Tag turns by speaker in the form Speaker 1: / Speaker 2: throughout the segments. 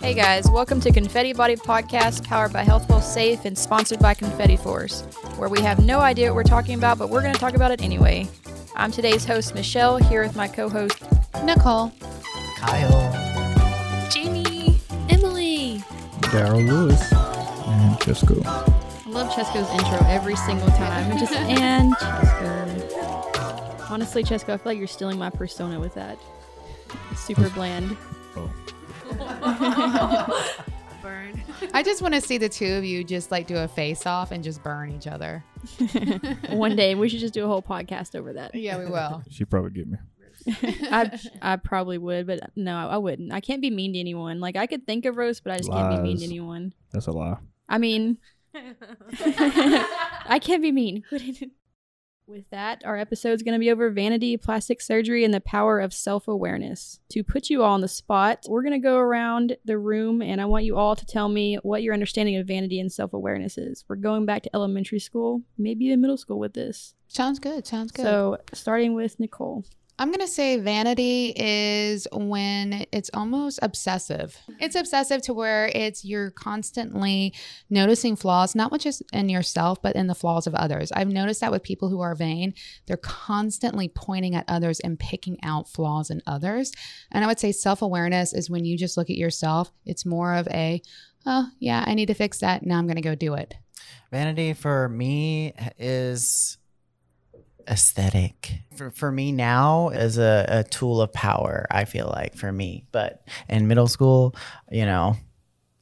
Speaker 1: Hey guys, welcome to Confetti Body Podcast, powered by Healthful Safe and sponsored by Confetti Force, where we have no idea what we're talking about, but we're going to talk about it anyway. I'm today's host, Michelle, here with my co host,
Speaker 2: Nicole.
Speaker 3: Kyle.
Speaker 1: Jamie.
Speaker 2: Emily.
Speaker 4: Daryl Lewis and Cisco.
Speaker 1: I love Chesco's intro every single time. It just, and Chesco. Honestly, Chesco, I feel like you're stealing my persona with that. Super bland.
Speaker 4: Oh,
Speaker 5: burn.
Speaker 2: I just want to see the two of you just like do a face off and just burn each other.
Speaker 1: One day, we should just do a whole podcast over that.
Speaker 2: Yeah, we will.
Speaker 4: she probably get me.
Speaker 1: I I probably would, but no, I wouldn't. I can't be mean to anyone. Like I could think of roast, but I just can't be mean to
Speaker 4: Lies.
Speaker 1: anyone.
Speaker 4: That's a lie.
Speaker 1: I mean, I can't be mean. With that, our episode's going to be over vanity, plastic surgery, and the power of self awareness. To put you all on the spot, we're going to go around the room and I want you all to tell me what your understanding of vanity and self awareness is. We're going back to elementary school, maybe even middle school with this.
Speaker 2: Sounds good. Sounds good.
Speaker 1: So, starting with Nicole.
Speaker 2: I'm going to say vanity is when it's almost obsessive. It's obsessive to where it's you're constantly noticing flaws, not just in yourself, but in the flaws of others. I've noticed that with people who are vain, they're constantly pointing at others and picking out flaws in others. And I would say self awareness is when you just look at yourself. It's more of a, oh, yeah, I need to fix that. Now I'm going to go do it.
Speaker 3: Vanity for me is aesthetic. For, for me now is a, a tool of power, I feel like, for me. But in middle school, you know,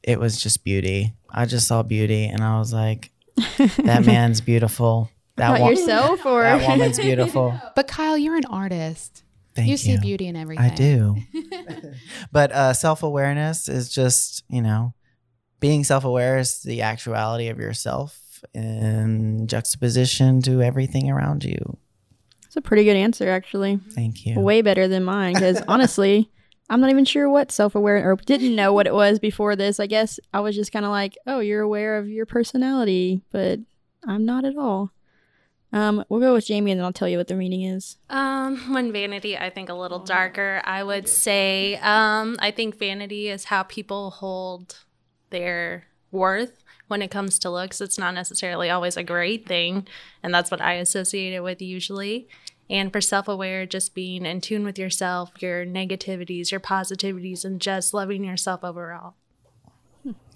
Speaker 3: it was just beauty. I just saw beauty and I was like, that man's beautiful. That,
Speaker 1: About
Speaker 3: wo-
Speaker 1: yourself or
Speaker 3: that woman's beautiful.
Speaker 2: But Kyle, you're an artist.
Speaker 3: Thank you.
Speaker 2: you, see beauty in everything.
Speaker 3: I do. but uh, self awareness is just, you know, being self aware is the actuality of yourself in juxtaposition to everything around you.
Speaker 1: It's a pretty good answer, actually.
Speaker 3: Thank you.
Speaker 1: Way better than mine because honestly, I'm not even sure what self aware or didn't know what it was before this. I guess I was just kind of like, oh, you're aware of your personality, but I'm not at all. Um, we'll go with Jamie and then I'll tell you what the meaning is.
Speaker 5: Um, when vanity, I think a little darker. I would say, um, I think vanity is how people hold their worth when it comes to looks. It's not necessarily always a great thing, and that's what I associate it with usually. And for self aware, just being in tune with yourself, your negativities, your positivities, and just loving yourself overall.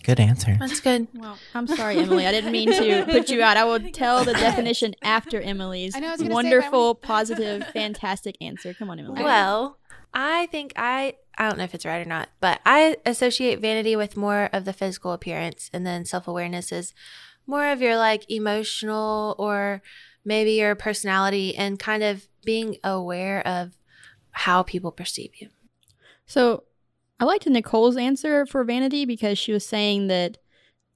Speaker 3: Good answer.
Speaker 5: That's good.
Speaker 1: Well, I'm sorry, Emily. I didn't mean to put you out. I will tell the definition after Emily's
Speaker 2: I know, I was gonna say, if I
Speaker 1: wonderful, positive, fantastic answer. Come on, Emily.
Speaker 6: Well, I think I I don't know if it's right or not, but I associate vanity with more of the physical appearance and then self-awareness is more of your like emotional or maybe your personality and kind of being aware of how people perceive you.
Speaker 1: So I liked Nicole's answer for vanity because she was saying that,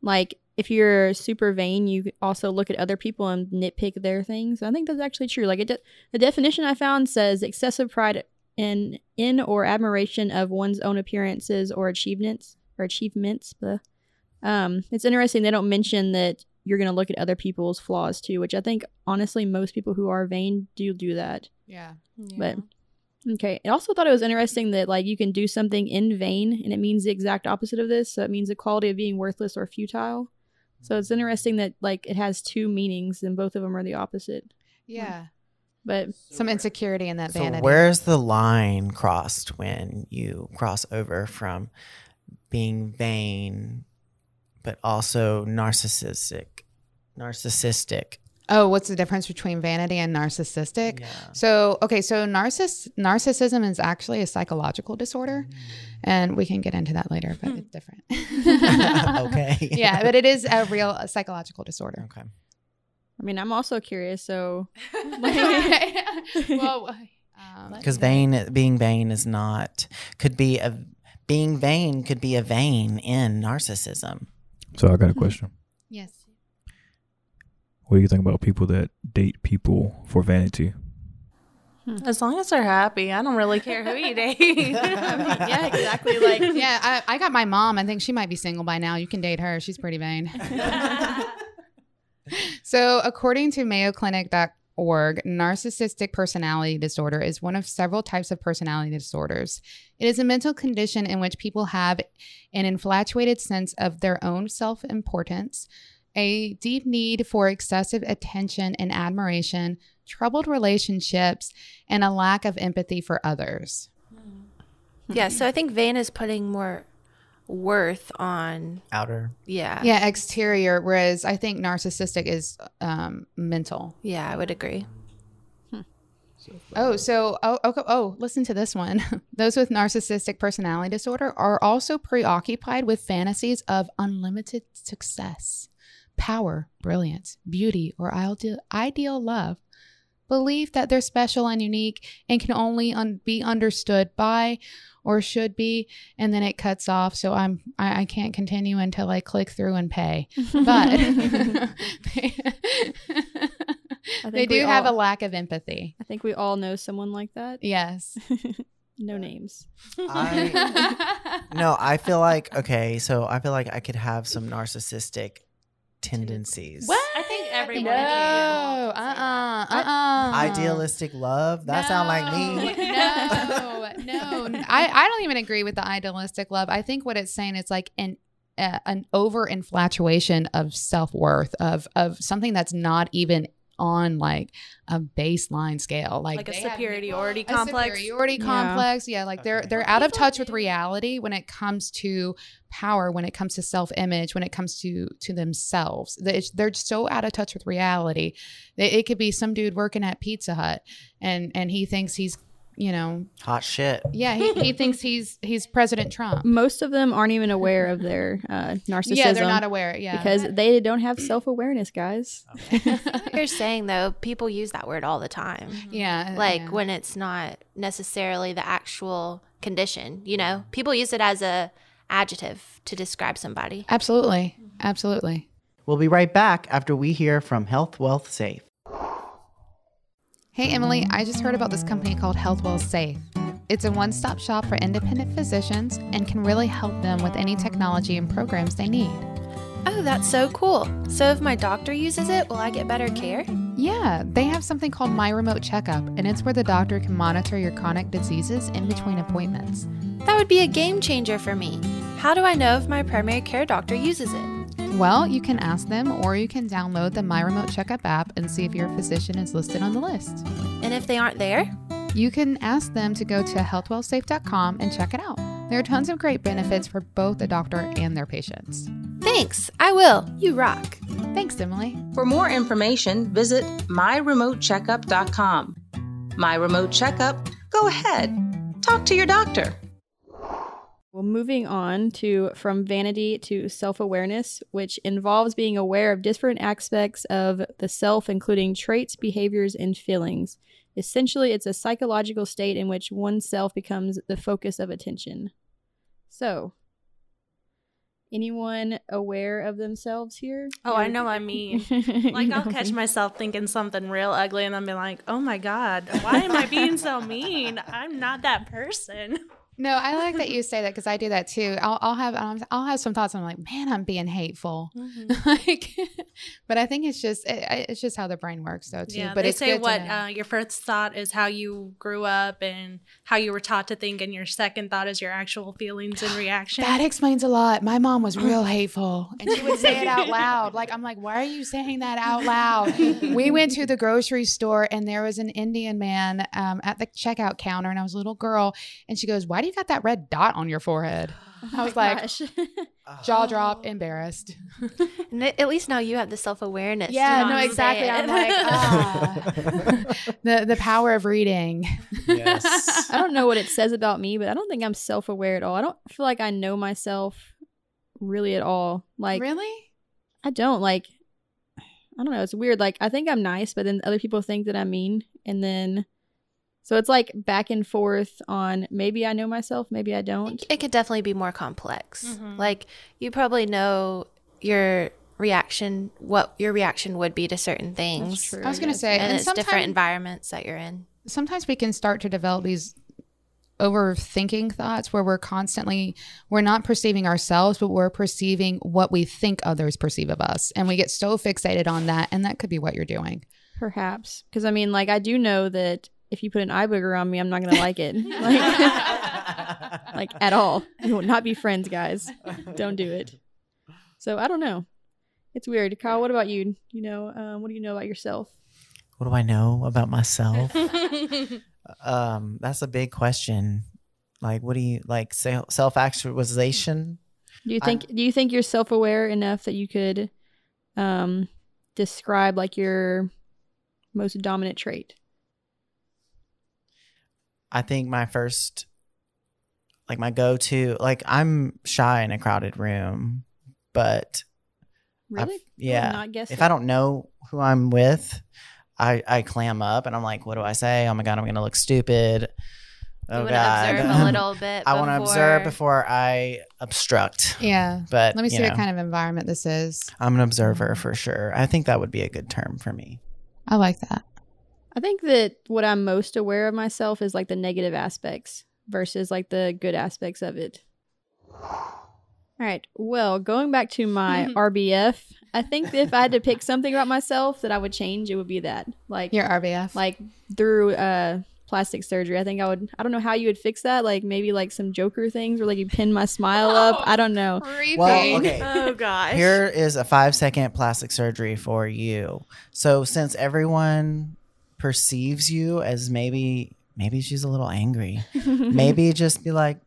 Speaker 1: like, if you're super vain, you also look at other people and nitpick their things. I think that's actually true. Like, it de- the definition I found says excessive pride in in or admiration of one's own appearances or achievements or achievements. Blah. Um, it's interesting they don't mention that you're going to look at other people's flaws too, which I think honestly most people who are vain do do that.
Speaker 2: Yeah.
Speaker 1: But okay. I also thought it was interesting that like you can do something in vain and it means the exact opposite of this. So it means the quality of being worthless or futile. So it's interesting that like it has two meanings and both of them are the opposite.
Speaker 2: Yeah.
Speaker 1: But
Speaker 2: Some insecurity in that
Speaker 3: So
Speaker 2: vanity.
Speaker 3: where's the line crossed when you cross over from being vain but also narcissistic? Narcissistic.
Speaker 2: Oh, what's the difference between vanity and narcissistic?
Speaker 3: Yeah.
Speaker 2: So, okay, so narciss narcissism is actually a psychological disorder,
Speaker 3: Mm.
Speaker 2: and we can get into that later, but it's different.
Speaker 3: okay.
Speaker 2: yeah, but it is a real uh, psychological disorder.
Speaker 3: Okay.
Speaker 1: I mean, I'm also curious. So
Speaker 2: well, um,
Speaker 3: Because vain, being vain is not could be a being vain could be a vein in narcissism.
Speaker 4: So I got a question.
Speaker 2: yes.
Speaker 4: What do you think about people that date people for vanity?
Speaker 5: As long as they're happy, I don't really care who you date.
Speaker 1: yeah, exactly. Like
Speaker 2: Yeah, I, I got my mom. I think she might be single by now. You can date her. She's pretty vain. so, according to Mayo Clinic. org, narcissistic personality disorder is one of several types of personality disorders. It is a mental condition in which people have an infatuated sense of their own self importance, a deep need for excessive attention and admiration, troubled relationships, and a lack of empathy for others.
Speaker 6: Yeah, so I think Van is putting more worth on
Speaker 3: Outer.
Speaker 6: yeah.
Speaker 2: Yeah, exterior, whereas I think narcissistic is um, mental.
Speaker 6: Yeah, I would agree.
Speaker 2: Oh, so oh, okay, oh, listen to this one. Those with narcissistic personality disorder are also preoccupied with fantasies of unlimited success, power, brilliance, beauty, or ideal, ideal love. Believe that they're special and unique and can only un- be understood by or should be, and then it cuts off. So I'm I, I can't continue until I click through and pay. But they
Speaker 1: think we
Speaker 2: do have
Speaker 1: all-
Speaker 2: a lack of empathy.
Speaker 1: I think we all know someone like that.
Speaker 2: Yes.
Speaker 1: No names.
Speaker 3: I, no, I feel like okay. So I feel like I could have some narcissistic tendencies.
Speaker 5: I think
Speaker 2: No.
Speaker 5: everyone.
Speaker 2: Uh
Speaker 5: can say that.
Speaker 2: uh-uh, uh.
Speaker 3: Idealistic love. That sound like me.
Speaker 2: No, no. I, I don't even agree with the idealistic love. I think what it's saying is like an uh, an over infatuation of self worth of of something that's not even on like a baseline scale like,
Speaker 5: Like a
Speaker 2: they have-
Speaker 5: superiority
Speaker 2: a
Speaker 5: complex.
Speaker 2: superiority
Speaker 1: Yeah.
Speaker 2: complex yeah like they're
Speaker 3: Okay.
Speaker 2: they're out of touch with reality when it comes to power when it comes to self-image when it comes to to themselves They- it's- they're so out of touch with reality that it could be some dude working at pizza hut and and he thinks he's you know
Speaker 3: Hot shit.
Speaker 2: yeah he, he thinks he's he's president trump
Speaker 1: Most of them aren't even aware of their uh, narcissism.
Speaker 2: yeah they're not aware yeah
Speaker 1: because they don't have self awareness, guys.
Speaker 6: You're saying though, people use that word all the time.
Speaker 2: yeah
Speaker 6: Like
Speaker 2: yeah.
Speaker 6: when it's not necessarily the actual condition, you know? People use it as a adjective to describe somebody.
Speaker 2: absolutely absolutely
Speaker 3: We'll be right back after we hear from Health Wealth Safe.
Speaker 2: Hey, Emily, I just heard about this company called HealthWell Safe. It's a one stop shop for independent physicians and can really help them with any technology and programs they need.
Speaker 6: Oh, that's so cool. So if my doctor uses it, will I get better care?
Speaker 2: Yeah, they have something called My Remote Checkup, and it's where the doctor can monitor your chronic diseases in between appointments.
Speaker 6: That would be a game changer for me. How do I know if my primary care doctor uses it?
Speaker 2: Well, you can ask them or you can download the My Remote Checkup app and see if your physician is listed on the list.
Speaker 6: And if they aren't there?
Speaker 2: You can ask them to go to healthwellsafe.com and check it out. There are tons of great benefits for both the doctor and their patients.
Speaker 6: Thanks, I will. You rock.
Speaker 2: Thanks, Emily.
Speaker 7: For more information, visit myremotecheckup.com. My Remote Checkup, go ahead, talk to your doctor.
Speaker 1: Well, moving on to from vanity to self awareness, which involves being aware of different aspects of the self, including traits, behaviors, and feelings. Essentially, it's a psychological state in which oneself becomes the focus of attention. So, anyone aware of themselves here?
Speaker 5: Oh, I
Speaker 1: You're-
Speaker 5: know. I mean,
Speaker 1: You
Speaker 5: like
Speaker 1: know
Speaker 5: I'll catch
Speaker 1: me.
Speaker 5: myself thinking something real ugly, and then be like, "Oh my god, why am I being so mean? I'm not that person."
Speaker 2: No, I like that you say that because I do that too. I'll, I'll have um, I'll have some thoughts. I'm like, man, I'm being hateful.
Speaker 5: Mm-hmm.
Speaker 2: like, but I think it's just it, I- it's just how the brain works though too.
Speaker 5: Yeah,
Speaker 2: but
Speaker 5: they
Speaker 2: it's
Speaker 5: say
Speaker 2: good to
Speaker 5: what
Speaker 2: know.
Speaker 5: uh, your first thought is how you grew up and how you were taught to think, and your second thought is your actual feelings and reaction.
Speaker 2: that explains a lot. My mom was real hateful, and she would say it out loud. Like, I'm like, why are you saying that out loud? we went to the grocery store, and there was an Indian man um, at the checkout counter, and I was a little girl, and she goes, "Why do you got that red dot on your forehead?" I was like,
Speaker 1: Gosh.
Speaker 2: jaw drop, embarrassed.
Speaker 6: And at least now you have the self awareness.
Speaker 2: Yeah,
Speaker 5: not
Speaker 2: no,
Speaker 5: say
Speaker 2: exactly.
Speaker 5: it.
Speaker 2: I'm like,
Speaker 6: "Oh,
Speaker 2: ah, the the power of reading.
Speaker 3: Yes.
Speaker 1: I don't know what it says about me, but I don't think I'm self aware at all. I don't feel like I know myself really at all. Like,
Speaker 2: really?
Speaker 1: I don't like. I don't know. It's weird. Like I think I'm nice, but then other people think that I'm mean, and then so it's like back and forth on maybe I know myself, maybe I
Speaker 6: I
Speaker 1: don't.
Speaker 6: think it could definitely be more complex.
Speaker 5: Mhm.
Speaker 6: Like you probably know your reaction, what your reaction would be to certain things,
Speaker 1: true.
Speaker 2: I was
Speaker 1: I
Speaker 2: gonna
Speaker 1: guess.
Speaker 2: say,
Speaker 6: and,
Speaker 2: and,
Speaker 6: it's different
Speaker 2: sometimes
Speaker 6: environments that you're in.
Speaker 2: sometimes we can start to develop these overthinking thoughts where we're constantly we're not perceiving ourselves, but we're perceiving what we think others perceive of us, and we get so fixated on that, and that could be what you're doing.
Speaker 1: Perhaps. Because I mean, like, I do know that if you put an eye booger on me, I'm not going to like it. like, like, at all. We will not be friends, guys. Don't do it. So I don't know. It's weird. Kyle, what about you? You know, um, what do you know about yourself?
Speaker 3: What do I know about myself? um, that's a big question. Like, what do you like? Self actualization.
Speaker 1: Do you think do you think you're self aware enough that you could um describe like your most dominant trait?
Speaker 3: I think my first, like my go to, like I'm shy in a crowded room, but I've-
Speaker 1: Really? I
Speaker 3: yeah.
Speaker 1: would not guess
Speaker 3: if
Speaker 1: that.
Speaker 3: I don't know who I'm with, I, I clam up and I'm like, what do I say? Oh my god, I'm gonna look stupid.
Speaker 6: You
Speaker 3: Oh
Speaker 6: want
Speaker 3: god,
Speaker 6: to observe a little bit.
Speaker 3: I want to observe before I obstruct.
Speaker 2: Yeah.
Speaker 3: But
Speaker 2: Let me see
Speaker 3: you know,
Speaker 2: what kind of environment this is.
Speaker 3: I'm an observer for sure. I think that would be a good term for me.
Speaker 2: I like that.
Speaker 1: I think that what I'm most aware of myself is like the negative aspects versus like the good aspects of it. All right. Well, going back to my RBF, I think if I had to pick something about myself that I would change, it would be that. Like
Speaker 2: Your RBF.
Speaker 1: like through uh plastic surgery. I think I would I don't know how you would fix that. Like maybe like some Joker things where like you pin my smile
Speaker 2: Oh.
Speaker 1: up. I don't know.
Speaker 3: Well, okay.
Speaker 6: Oh gosh.
Speaker 3: Here is a five second plastic surgery for you. So since everyone perceives you as maybe maybe she's a little angry, maybe just be like,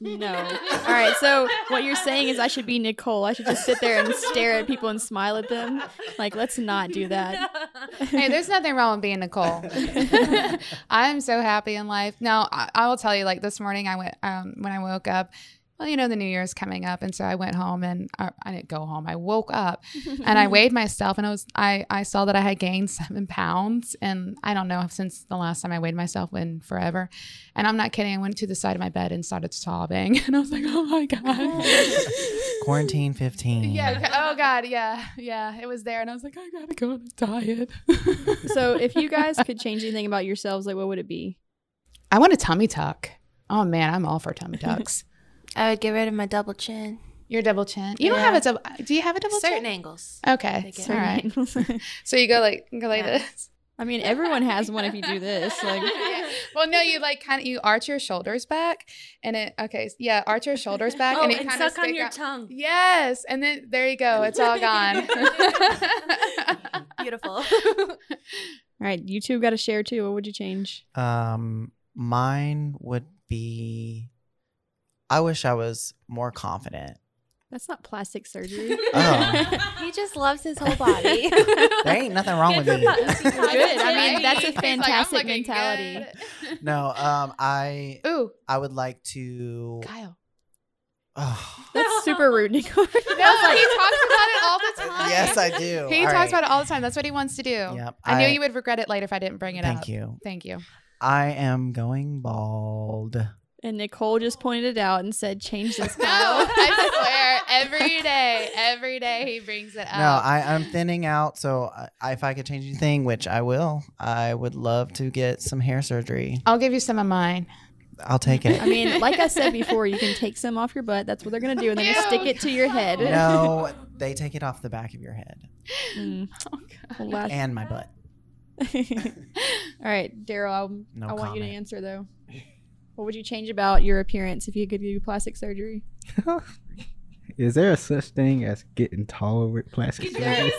Speaker 1: No. All right. So what you're saying is I should be Nicole. I should just sit there and stare at people and smile at them. Like let's not do that.
Speaker 2: hey, there's nothing wrong with being Nicole. I'm so happy in life. Now, I, I will tell you, like this morning, I went um, when I woke up. Well, you know, the New Year's coming up, and so I went home, and uh, I didn't go home. I woke up, and I weighed myself, and I was I I saw that I had gained seven pounds, and I don't know since the last time I weighed myself in forever, and I'm not kidding. I went to the side of my bed and started sobbing, and I was like, oh my god.
Speaker 3: quarantine 15.
Speaker 2: Yeah. okay. Oh God. Yeah. Yeah. It was there, and I was like, I gotta go on a diet.
Speaker 1: So if you guys could change anything about yourselves, like what would it be?
Speaker 2: I want a tummy tuck. Oh man, I'm all for tummy tucks.
Speaker 6: I would get rid of my double chin.
Speaker 2: Your double chin. You don't have a double. Do you have a double
Speaker 6: Certain
Speaker 2: chin?
Speaker 6: angles.
Speaker 2: Okay.
Speaker 6: They get-
Speaker 2: All right.
Speaker 1: Right.
Speaker 2: So you go like you go like
Speaker 6: Yeah.
Speaker 2: this.
Speaker 1: I mean, everyone has one if you do this. Like
Speaker 2: Well, no, you like kind of you arch your shoulders back, and it okay. Yeah, arch your shoulders back,
Speaker 5: oh,
Speaker 2: and
Speaker 5: and,
Speaker 2: it kind of
Speaker 5: suck on
Speaker 2: stick
Speaker 5: your
Speaker 2: out.
Speaker 5: tongue.
Speaker 2: Yes, and then there you go. It's all gone.
Speaker 6: Beautiful.
Speaker 1: all right, you two gotta share too. What would you change?
Speaker 3: Um, mine would be. I wish I was more confident.
Speaker 1: That's not plastic surgery.
Speaker 3: Oh.
Speaker 6: he just loves his whole body.
Speaker 3: There ain't nothing wrong with me.
Speaker 1: Good. I mean,
Speaker 2: Right?
Speaker 1: that's a
Speaker 2: He's like, I'm
Speaker 1: fantastic
Speaker 2: looking
Speaker 1: mentality.
Speaker 2: good.
Speaker 3: No, um, I
Speaker 2: Ooh,
Speaker 3: I would like to.
Speaker 2: Kyle.
Speaker 3: Oh,
Speaker 1: That's super rude, Nicole.
Speaker 2: No, he talks about it all the time.
Speaker 3: yes, I do.
Speaker 2: He
Speaker 3: All
Speaker 2: talks
Speaker 3: right.
Speaker 2: about it all the time. That's what he wants to do.
Speaker 3: Yep,
Speaker 2: I, knew
Speaker 3: I-
Speaker 2: you would regret it later if I didn't bring it
Speaker 3: Thank
Speaker 2: up.
Speaker 3: you.
Speaker 2: Thank you.
Speaker 3: I am going bald.
Speaker 1: And Nicole just pointed it out and said, "Change this,
Speaker 2: No,
Speaker 1: Kyle."
Speaker 2: I swear, every day, every day he brings it up.
Speaker 3: No, I, I'm thinning out, so I, if I could change anything, which I will, I would love to get some hair surgery.
Speaker 2: I'll give you some of mine.
Speaker 3: I'll take it.
Speaker 1: I mean, like I said before, you can take some off your butt. That's what they're gonna do, and they're gonna stick it to your head.
Speaker 3: no, they take it off the back of your head
Speaker 1: Mm.
Speaker 2: Oh,
Speaker 1: Well, last-
Speaker 3: and my butt.
Speaker 1: All right, Daryl, I'll-
Speaker 3: No
Speaker 1: I want you to
Speaker 3: comment.
Speaker 1: answer though. What would you change about your appearance if you could do plastic surgery?
Speaker 8: Is there a such thing as getting taller with plastic surgery?
Speaker 1: There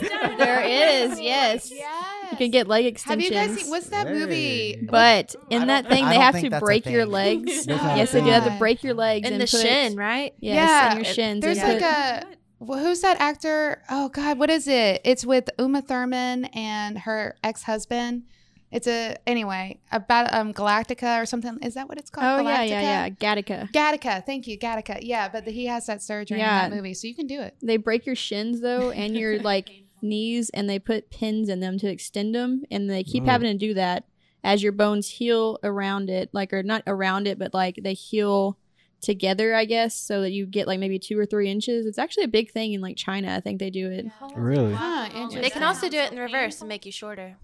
Speaker 1: is, yes.
Speaker 2: Yes.
Speaker 1: You can get leg
Speaker 2: Have
Speaker 1: extensions.
Speaker 2: you guys seen what's that
Speaker 8: Hey.
Speaker 2: movie?
Speaker 1: but
Speaker 3: I
Speaker 1: in
Speaker 3: don't-
Speaker 1: that thing,
Speaker 3: I
Speaker 1: they
Speaker 3: don't
Speaker 1: have
Speaker 3: think
Speaker 1: to
Speaker 3: that's a
Speaker 1: break your
Speaker 3: thing.
Speaker 1: legs.
Speaker 8: That's not a
Speaker 1: yes, they do. They have to
Speaker 2: thing.
Speaker 1: break your legs
Speaker 6: In
Speaker 1: and
Speaker 6: the
Speaker 1: put-
Speaker 6: shin, right?
Speaker 1: Yes,
Speaker 2: Yeah,
Speaker 1: and your
Speaker 6: it-
Speaker 1: shins.
Speaker 2: There's
Speaker 1: and
Speaker 2: like
Speaker 1: put-
Speaker 2: a wh- who's that actor? Oh God, what is it? It's with Uma Thurman and her ex-husband. It's a anyway about um Galactica or something. Is that what it's called?
Speaker 1: Oh yeah, yeah,
Speaker 2: Galactica?
Speaker 1: yeah. Gattaca.
Speaker 2: Gattaca, thank you, Gattaca. Yeah, but he has that surgery
Speaker 1: Yeah.
Speaker 2: in that movie, so you can do it.
Speaker 1: They break your shins though, and your like knees, and they put pins in them to extend them, and they keep
Speaker 8: Mm.
Speaker 1: having to do that as your bones heal around it, like or not around it, but like they heal together, I guess, so that you get like maybe two or three inches. It's actually a big thing in like China. I think they do it.
Speaker 6: Oh,
Speaker 8: Really?
Speaker 2: Ah, interesting.
Speaker 6: They can also do it in reverse and make you shorter.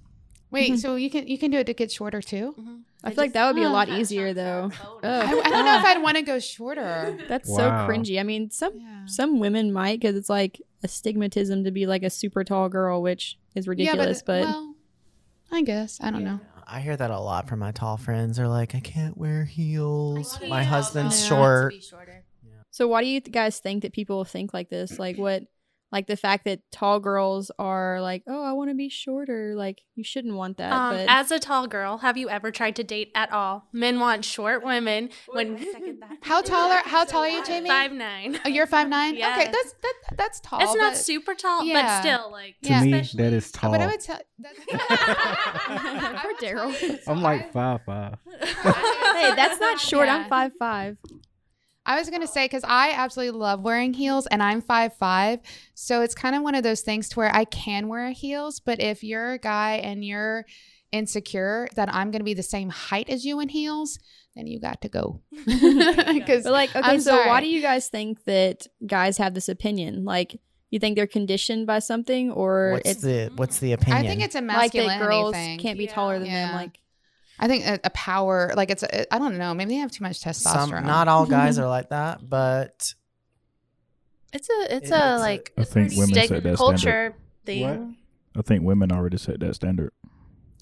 Speaker 2: Wait, so you can you can do it to get shorter too?
Speaker 6: Mm-hmm.
Speaker 1: I feel like that would be a lot easier though.
Speaker 2: I,
Speaker 1: Oh,
Speaker 2: I don't know if I'd want to go shorter.
Speaker 1: that's
Speaker 8: Wow.
Speaker 1: so cringy. I mean, some
Speaker 2: Yeah.
Speaker 1: some women might because it's like a stigmatism to be like a super tall girl, which is ridiculous. but
Speaker 2: well, I guess. I don't know.
Speaker 3: I hear that a lot from my tall friends. They're like, I can't wear heels.
Speaker 2: can't.
Speaker 3: My husband's
Speaker 2: Yeah.
Speaker 3: short.
Speaker 1: So why do you th- guys think that people think like this? Like what like the fact that tall girls are like, "Oh, I want to be shorter." Like you shouldn't want that.
Speaker 5: Um,
Speaker 1: but
Speaker 5: as a tall girl, have you ever tried to date at all? Men want short women. when
Speaker 2: How tall are How tall are you, Jamie?
Speaker 5: Five nine.
Speaker 2: Oh, you're five nine. Okay,
Speaker 5: Yes.
Speaker 2: that's that, that's tall.
Speaker 5: it's not
Speaker 2: but-
Speaker 5: super tall,
Speaker 2: yeah.
Speaker 5: but still like.
Speaker 2: Yeah.
Speaker 8: to me,
Speaker 5: especially-
Speaker 8: that is tall.
Speaker 2: But I would tell. That's, I
Speaker 1: Poor
Speaker 2: would tell
Speaker 1: Daryl.
Speaker 2: you- so
Speaker 8: I'm
Speaker 2: I-
Speaker 8: like five five.
Speaker 1: hey, that's not short.
Speaker 2: Yeah.
Speaker 1: I'm five five.
Speaker 2: I was gonna say because I absolutely love wearing heels, and I'm five five, so it's kind of one of those things to where I can wear heels. But if you're a guy and you're insecure that I'm gonna be the same height as you in heels, then you got to go. Because
Speaker 1: But like, okay,
Speaker 2: I'm
Speaker 1: so why
Speaker 2: sorry.
Speaker 1: do you guys think that guys have this opinion? Like you think they're conditioned by something or
Speaker 3: What's
Speaker 1: it's
Speaker 3: the What's the
Speaker 2: I
Speaker 3: opinion?
Speaker 2: think it's a
Speaker 1: like
Speaker 2: masculinity
Speaker 1: that girls
Speaker 2: thing.
Speaker 1: can't be
Speaker 5: Yeah.
Speaker 1: taller than them
Speaker 2: Yeah.
Speaker 1: like
Speaker 2: I think a, a power, like it's, a, I don't know, maybe they have too much testosterone.
Speaker 3: Some, not all guys are like that, but
Speaker 6: It's
Speaker 3: It-
Speaker 6: a it's a
Speaker 3: it's a-
Speaker 6: like
Speaker 4: I think women
Speaker 6: stick
Speaker 4: set that standard.
Speaker 6: culture
Speaker 8: What?
Speaker 6: thing.
Speaker 4: I think women already set that standard.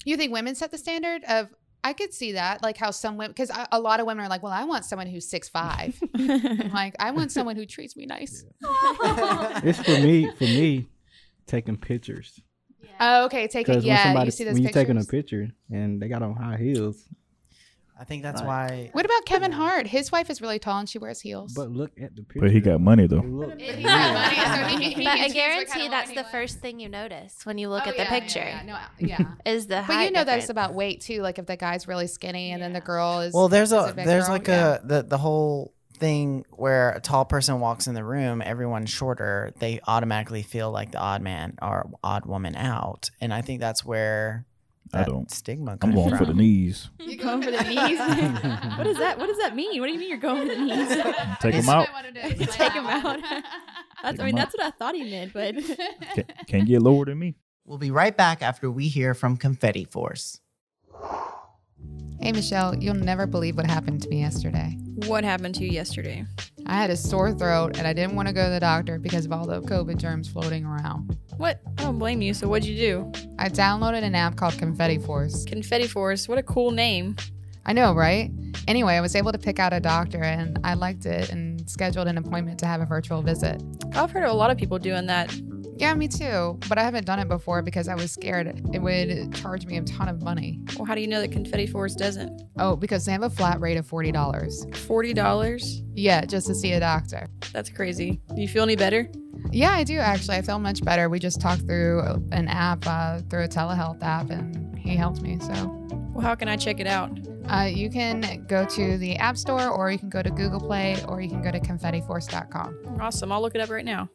Speaker 2: You think women set the standard of? I could see that, like how some women, because a lot of women are like, well, I want someone who's six five. like, I want someone who treats me nice.
Speaker 8: It's for me. For me, taking pictures.
Speaker 2: Oh, okay, take it.
Speaker 8: Because
Speaker 2: Yeah,
Speaker 8: when somebody,
Speaker 2: you see those
Speaker 8: when you're
Speaker 2: pictures.
Speaker 8: taking a picture and they got on high heels,
Speaker 3: I think that's why.
Speaker 8: Right.
Speaker 2: What about Kevin Hart? His wife is really tall and she wears heels.
Speaker 8: but look at the picture.
Speaker 4: But he got money
Speaker 8: They
Speaker 4: though.
Speaker 8: look
Speaker 2: If he
Speaker 8: weird.
Speaker 2: got money, so he, he can choose what
Speaker 6: but I
Speaker 2: kind of
Speaker 6: guarantee
Speaker 2: woman
Speaker 6: that's
Speaker 2: he
Speaker 6: the
Speaker 2: wants.
Speaker 6: first thing you notice when you
Speaker 2: Oh,
Speaker 6: look at the
Speaker 2: yeah, yeah,
Speaker 6: picture.
Speaker 2: Yeah, no, I- yeah.
Speaker 6: Is the
Speaker 2: but you
Speaker 6: height
Speaker 2: know that's
Speaker 6: difference.
Speaker 2: about weight too. Like if the guy's really skinny and then the girl is
Speaker 3: Well, there's
Speaker 2: is
Speaker 3: a
Speaker 2: big
Speaker 3: there's
Speaker 2: girl,
Speaker 3: like
Speaker 2: yeah.
Speaker 3: a the the whole thing where a tall person walks in the room, everyone's shorter, they automatically feel like the odd man or odd woman out, and I think that's where
Speaker 4: I
Speaker 3: that
Speaker 4: don't.
Speaker 3: stigma
Speaker 4: I'm
Speaker 3: comes
Speaker 4: going for the
Speaker 3: from.
Speaker 4: knees.
Speaker 2: You
Speaker 1: going for the knees. what does that what does that mean? What do you mean you're going for the knees? That's,
Speaker 2: This
Speaker 4: Take them
Speaker 2: is what
Speaker 4: out.
Speaker 2: I wanted to explain.
Speaker 1: Take 'em out. I mean,
Speaker 4: Come on.
Speaker 1: that's what I thought he meant, but
Speaker 4: Can, can't get lower than me.
Speaker 3: We'll be right back after we hear from Confetti Force.
Speaker 2: hey, Michelle, you'll never believe what happened to me yesterday.
Speaker 1: what happened to you yesterday?
Speaker 2: I had a sore throat and I didn't want to go to the doctor because of all the COVID germs floating around.
Speaker 1: What? I don't blame you. So what'd you do?
Speaker 2: I downloaded an app called Confetti Force.
Speaker 1: Confetti Force. What a cool name.
Speaker 2: I know, right? Anyway, I was able to pick out a doctor and I liked it and scheduled an appointment to have a virtual visit.
Speaker 1: I've heard of a lot of people doing that.
Speaker 2: Yeah, me too, but I haven't done it before because I was scared it would charge me a ton of money.
Speaker 1: Well, how do you know that Confetti Force doesn't?
Speaker 2: Oh, because they have a flat rate of $40.
Speaker 1: Forty dollars.
Speaker 2: Yeah, just to see a doctor.
Speaker 1: That's crazy. Do you feel any better?
Speaker 2: Yeah, I do actually. I feel much better. We just talked through an app, uh, through a telehealth app, and he helped me. So
Speaker 1: Well, how can I check it out?
Speaker 2: uh, you can go to the App Store, or you can go to Google Play, or you can go to confettiforce.com.
Speaker 1: Awesome. I'll look it up right now.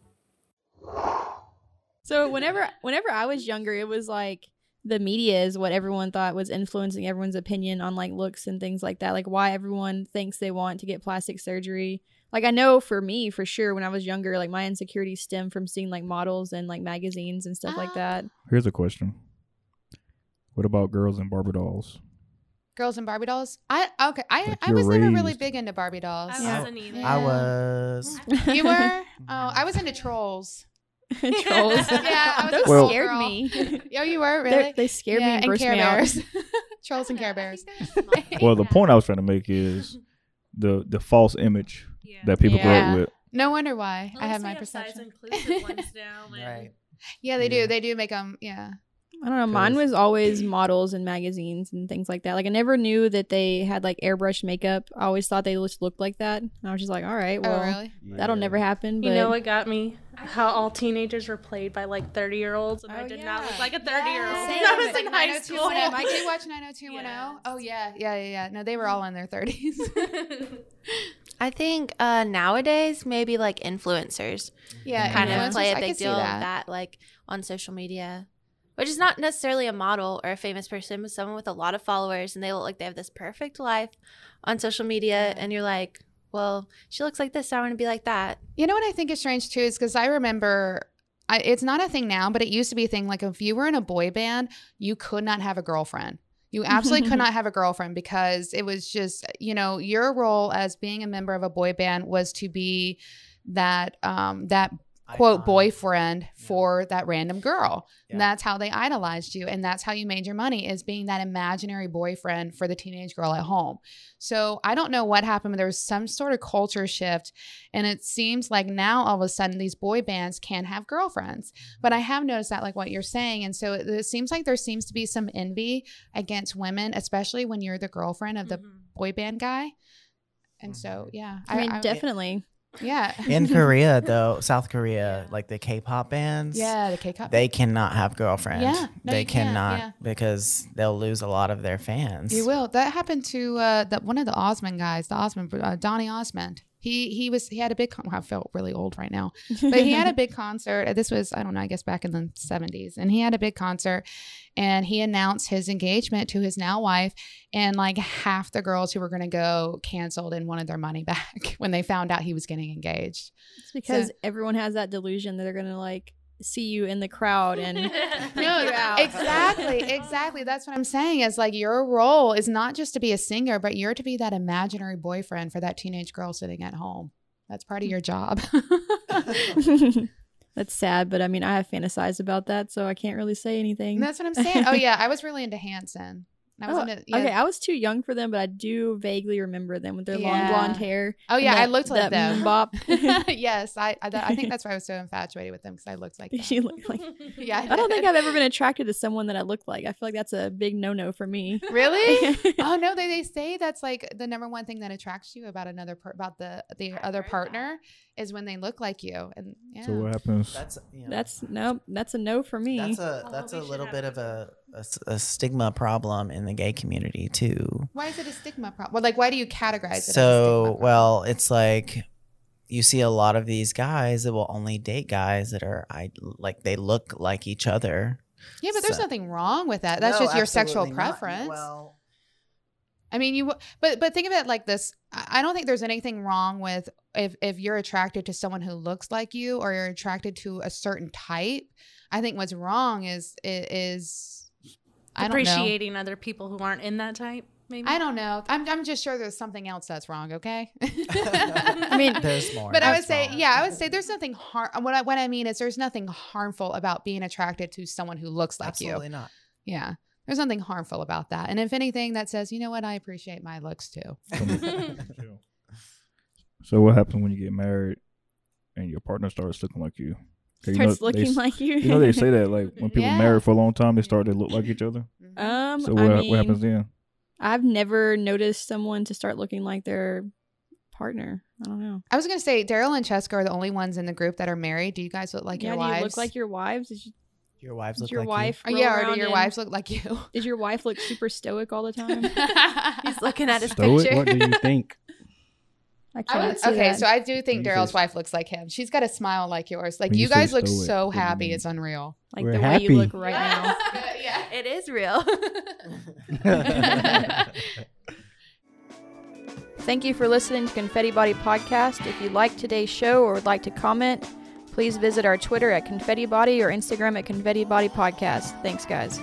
Speaker 1: So whenever whenever I was younger, it was like the media is what everyone thought was influencing everyone's opinion on like looks and things like that. Like why everyone thinks they want to get plastic surgery. Like I know for me for sure when I was younger, like my insecurities stem from seeing like models and like magazines and stuff like
Speaker 2: Ah.
Speaker 1: that.
Speaker 4: Here's a question. What about girls and Barbie dolls?
Speaker 2: Girls and Barbie dolls. I okay. I,
Speaker 4: Like
Speaker 2: I
Speaker 4: you're
Speaker 2: was never really
Speaker 4: raised.
Speaker 2: big into Barbie dolls.
Speaker 5: I
Speaker 3: Yeah.
Speaker 5: wasn't either.
Speaker 2: Yeah.
Speaker 3: I was
Speaker 2: You were? Oh, I was into trolls.
Speaker 1: Trolls.
Speaker 2: Yeah, I was
Speaker 1: Those
Speaker 2: a little
Speaker 1: scared
Speaker 2: girl.
Speaker 1: me.
Speaker 2: Oh, you were
Speaker 1: They're-
Speaker 2: really?
Speaker 1: They scared
Speaker 2: Yeah,
Speaker 1: me and, grossed
Speaker 2: Care
Speaker 1: me out.
Speaker 2: Bears. trolls and Care Bears.
Speaker 4: Well, the point I was trying to make is the the false image
Speaker 5: Yeah.
Speaker 4: that people
Speaker 2: Yeah.
Speaker 4: grow up with.
Speaker 2: No wonder why I have my
Speaker 5: Size
Speaker 2: perception.
Speaker 5: inclusive ones now. and-
Speaker 3: right.
Speaker 2: Yeah, they
Speaker 3: Yeah.
Speaker 2: do. They do make them. Yeah.
Speaker 1: I don't know. Mine
Speaker 3: 'Cause-
Speaker 1: was always models and magazines and things like that. Like I never knew that they had like airbrush makeup. I always thought they just looked like that. And I was just like, all right, well,
Speaker 2: oh, really?
Speaker 1: that'll never happen. But
Speaker 5: You know what got me? How all teenagers were played by like 30 year olds, and
Speaker 1: Oh,
Speaker 5: I did
Speaker 1: yeah.
Speaker 5: not look like a 30 year old.
Speaker 1: Same. oh
Speaker 5: I was in high school.
Speaker 2: 90210. Did you watch 90210?
Speaker 5: Yes.
Speaker 2: Oh, yeah. Yeah, yeah, yeah. No, they were all in their 30s.
Speaker 6: I think uh, nowadays maybe like influencers
Speaker 2: yeah.
Speaker 6: kind
Speaker 2: Uh, influencers,
Speaker 6: of play
Speaker 2: I
Speaker 6: a
Speaker 2: could
Speaker 6: big
Speaker 2: see
Speaker 6: deal of
Speaker 2: that.
Speaker 6: that like on social media. Which is not necessarily a model or a famous person, but someone with a lot of followers and they look like they have this perfect life on social media and you're like, Well, she looks like this, so I want to be like that.
Speaker 2: You know what I think is strange too is because I remember. I, it's not a thing now, but it used to be a thing. Like if you were in a boy band, you could not have a girlfriend. You absolutely could not have a girlfriend because it was just, you know, your role as being a member of a boy band was to be that um that quote
Speaker 3: Icon.
Speaker 2: boyfriend for that random girl.
Speaker 3: Yeah.
Speaker 2: And that's how they idolized you and that's how you made your money is being that imaginary boyfriend for the teenage girl at home. So I don't know what happened, but there was some sort of culture shift and it seems like now all of a sudden these boy bands can have girlfriends. But I have noticed that like what you're saying and so it, it seems like there seems to be some envy against women, especially when you're the girlfriend of the
Speaker 5: Mhm.
Speaker 2: boy band guy. And so,
Speaker 3: Mhm.
Speaker 2: yeah,
Speaker 1: I mean,
Speaker 2: I-
Speaker 1: definitely.
Speaker 2: yeah,
Speaker 3: In Korea, though, South Korea, like the K-pop bands,
Speaker 2: yeah, the K-cup.
Speaker 3: they cannot have girlfriend.
Speaker 2: Yeah. No,
Speaker 3: they
Speaker 2: you can't.
Speaker 3: cannot
Speaker 2: Yeah.
Speaker 3: because they'll lose a lot of their fans.
Speaker 2: You will. That happened to uh, the, one of the Osmond guys, the Osmond, uh, Donnie Osmond. He he was he had a big. Con- I felt really old right now, but he had a big concert. This was I don't know, I guess back in the seventies, and he had a big concert, and he announced his engagement to his now wife, and like half the girls who were going to go canceled and wanted their money back when they found out he was getting engaged.
Speaker 1: It's because everyone has that delusion that they're gonna like see you in the crowd and
Speaker 2: No,
Speaker 1: You're out.
Speaker 2: exactly, exactly. That's what I'm saying. Is like your role is not just to be a singer, but you're to be that imaginary boyfriend for that teenage girl sitting at home. That's part of your job. And
Speaker 1: that's sad. But I mean, I have fantasized about that, so I can't really say anything.
Speaker 2: that's what I'm saying. Oh yeah, I was really into Hanson. I was
Speaker 1: Oh,
Speaker 2: into, yeah.
Speaker 1: Okay, I was too young for them, but I do vaguely remember them with their long
Speaker 2: Yeah.
Speaker 1: blonde hair.
Speaker 2: Oh yeah,
Speaker 1: and
Speaker 2: I
Speaker 1: that-
Speaker 2: looked
Speaker 1: that
Speaker 2: like them.
Speaker 1: Bebop.
Speaker 2: yes, I I, I think that's why I was so infatuated with them because I looked like them.
Speaker 1: you look like.
Speaker 2: Yeah,
Speaker 1: I don't think
Speaker 2: did.
Speaker 1: I've ever been attracted to someone that I look like. I feel like that's a big no-no for me.
Speaker 2: really. oh no, they, they say that's like the number one thing that attracts you about another per- about the the
Speaker 5: I've
Speaker 2: other
Speaker 5: heard that.
Speaker 2: partner is when they look like you. And yeah.
Speaker 4: So what happens?
Speaker 3: That's you know,
Speaker 1: That's no, that's a no for me.
Speaker 3: that's a
Speaker 5: Although
Speaker 3: that's
Speaker 5: we
Speaker 3: a
Speaker 5: should
Speaker 3: little
Speaker 5: have
Speaker 3: bit of
Speaker 5: people-
Speaker 3: a, a s- a stigma problem in the gay community too.
Speaker 2: Why is it a stigma problem? Well, like, why do you categorize it? as a stigma
Speaker 3: So,
Speaker 2: problem?
Speaker 3: well, it's like you see a lot of these guys that will only date guys that are I like they look like each other.
Speaker 2: yeah, but there's
Speaker 3: so-
Speaker 2: nothing wrong with that. Uh, That's just your sexual preference.
Speaker 3: Well,
Speaker 2: I mean, you, w- but but think of it like this. I I don't think there's anything wrong with if if you're attracted to someone who looks like you or you're attracted to a certain type. I think what's wrong is i- is I don't know.
Speaker 5: Appreciating other people who aren't in that type, maybe.
Speaker 2: I don't know. I'm I'm just sure there's something else that's wrong. Okay.
Speaker 3: I
Speaker 1: mean,
Speaker 3: there's more.
Speaker 2: But I
Speaker 3: There's
Speaker 2: would say,
Speaker 3: more.
Speaker 2: yeah, I would say there's nothing harm. What I, what I mean is, there's nothing harmful about being attracted to someone who looks like
Speaker 3: absolutely not.
Speaker 2: you. Yeah, there's nothing harmful about that. And if anything, that says, you know what, I appreciate my looks too.
Speaker 4: so what happens when you get married and your partner starts looking like you? 'Cause you know
Speaker 1: Starts
Speaker 4: they
Speaker 1: looking
Speaker 4: s-
Speaker 1: like you.
Speaker 4: You know they say that like when people
Speaker 2: Yeah.
Speaker 4: marry for a long time they start to look like each other.
Speaker 1: Um,
Speaker 4: So what,
Speaker 1: I mean,
Speaker 4: what happens then?
Speaker 1: I've never noticed someone to start looking like their partner. I don't know.
Speaker 2: I was gonna say Daryl and Cheska are the only ones in the group that are married. Do you guys look like
Speaker 1: yeah,
Speaker 2: your
Speaker 1: do
Speaker 2: wives?
Speaker 1: you look like your wives? Did, you,
Speaker 3: Your wives
Speaker 1: did
Speaker 3: look
Speaker 1: your
Speaker 3: like
Speaker 1: wife?
Speaker 2: Oh,
Speaker 1: roll
Speaker 2: yeah, or
Speaker 1: around
Speaker 2: do your
Speaker 1: in-
Speaker 2: wives look like you?
Speaker 1: Did your wife look super stoic all the time?
Speaker 6: He's looking at his
Speaker 4: Stoic?
Speaker 6: picture.
Speaker 8: What do you think?
Speaker 1: I
Speaker 2: I
Speaker 1: cannot
Speaker 2: would-
Speaker 1: see
Speaker 2: okay,
Speaker 1: that.
Speaker 2: so I do
Speaker 4: When
Speaker 2: think
Speaker 4: you say
Speaker 2: Daryl's
Speaker 4: st-
Speaker 2: wife looks like him. She's got a smile like yours. Like
Speaker 4: When
Speaker 2: you,
Speaker 4: you say
Speaker 2: guys look
Speaker 4: stoic,
Speaker 2: so
Speaker 4: what do you
Speaker 2: happy.
Speaker 4: mean?
Speaker 2: It's unreal.
Speaker 1: like
Speaker 8: We're
Speaker 1: the way you look
Speaker 8: happy.
Speaker 1: right now.
Speaker 2: yeah.
Speaker 6: It is real.
Speaker 1: Thank you for listening to Confetti Body Podcast. If you like today's show or would like to comment, please visit our Twitter at Confetti Body or Instagram at Confetti Body Podcast. Thanks, guys.